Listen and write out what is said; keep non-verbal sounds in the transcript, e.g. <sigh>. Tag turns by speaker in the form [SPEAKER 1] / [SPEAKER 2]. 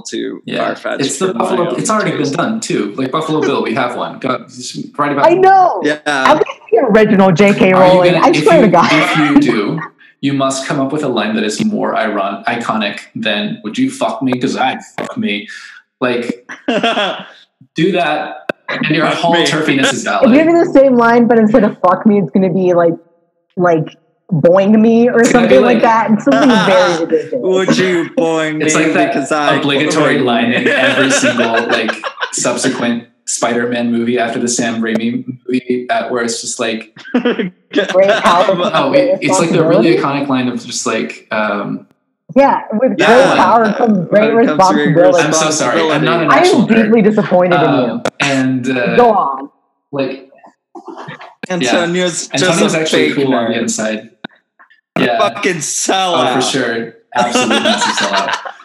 [SPEAKER 1] too
[SPEAKER 2] Yeah,
[SPEAKER 1] far fetched.
[SPEAKER 2] it's the Buffalo. It's already been done too. Like Buffalo Bill, we have one. Got just write about.
[SPEAKER 3] I know. I'm
[SPEAKER 1] Yeah,
[SPEAKER 2] <laughs>
[SPEAKER 3] going to be original J.K.
[SPEAKER 2] Are you
[SPEAKER 3] Rowling.
[SPEAKER 2] gonna-
[SPEAKER 3] I
[SPEAKER 2] if
[SPEAKER 3] swear
[SPEAKER 2] you,
[SPEAKER 3] to God.
[SPEAKER 2] If you do, you must come up with a line that is more iron, iconic than "Would you fuck me?" Because I fuck me. Like do that, and your
[SPEAKER 1] Fuck
[SPEAKER 2] whole
[SPEAKER 1] me.
[SPEAKER 2] turfiness is
[SPEAKER 3] If you're
[SPEAKER 2] valid.
[SPEAKER 3] going the same line, but instead of fuck me, it's going to be like, like, boing me or
[SPEAKER 2] It's gonna be
[SPEAKER 3] something like
[SPEAKER 2] like-
[SPEAKER 3] that. It's
[SPEAKER 2] <laughs>
[SPEAKER 3] something very ridiculous.
[SPEAKER 1] would you boing me
[SPEAKER 2] It's like that
[SPEAKER 1] because I
[SPEAKER 2] obligatory
[SPEAKER 1] <laughs> boing
[SPEAKER 2] line in
[SPEAKER 1] you?
[SPEAKER 2] every single like subsequent Spider-Man movie after the Sam Raimi movie, uh, where it's just like
[SPEAKER 3] Great
[SPEAKER 2] <laughs>
[SPEAKER 3] power.
[SPEAKER 2] Oh, it, it's like the really iconic line of just like, um,
[SPEAKER 3] Yeah, with
[SPEAKER 1] Yeah.
[SPEAKER 3] great power comes great
[SPEAKER 1] Comes great
[SPEAKER 3] responsibility.
[SPEAKER 1] uh,
[SPEAKER 2] I'm so sorry. I'm not an
[SPEAKER 3] I
[SPEAKER 2] actual
[SPEAKER 3] am
[SPEAKER 2] nerd.
[SPEAKER 3] deeply disappointed in
[SPEAKER 2] Um, and
[SPEAKER 3] you. Go
[SPEAKER 2] uh,
[SPEAKER 3] on.
[SPEAKER 2] like
[SPEAKER 1] <laughs> Antonio's
[SPEAKER 2] Antonio's
[SPEAKER 1] just a
[SPEAKER 2] actually
[SPEAKER 1] fake
[SPEAKER 2] cool on the
[SPEAKER 1] nerd.
[SPEAKER 2] inside. Yeah,
[SPEAKER 1] Fucking
[SPEAKER 2] oh,
[SPEAKER 1] sellout.
[SPEAKER 2] for sure, absolutely massive sellout.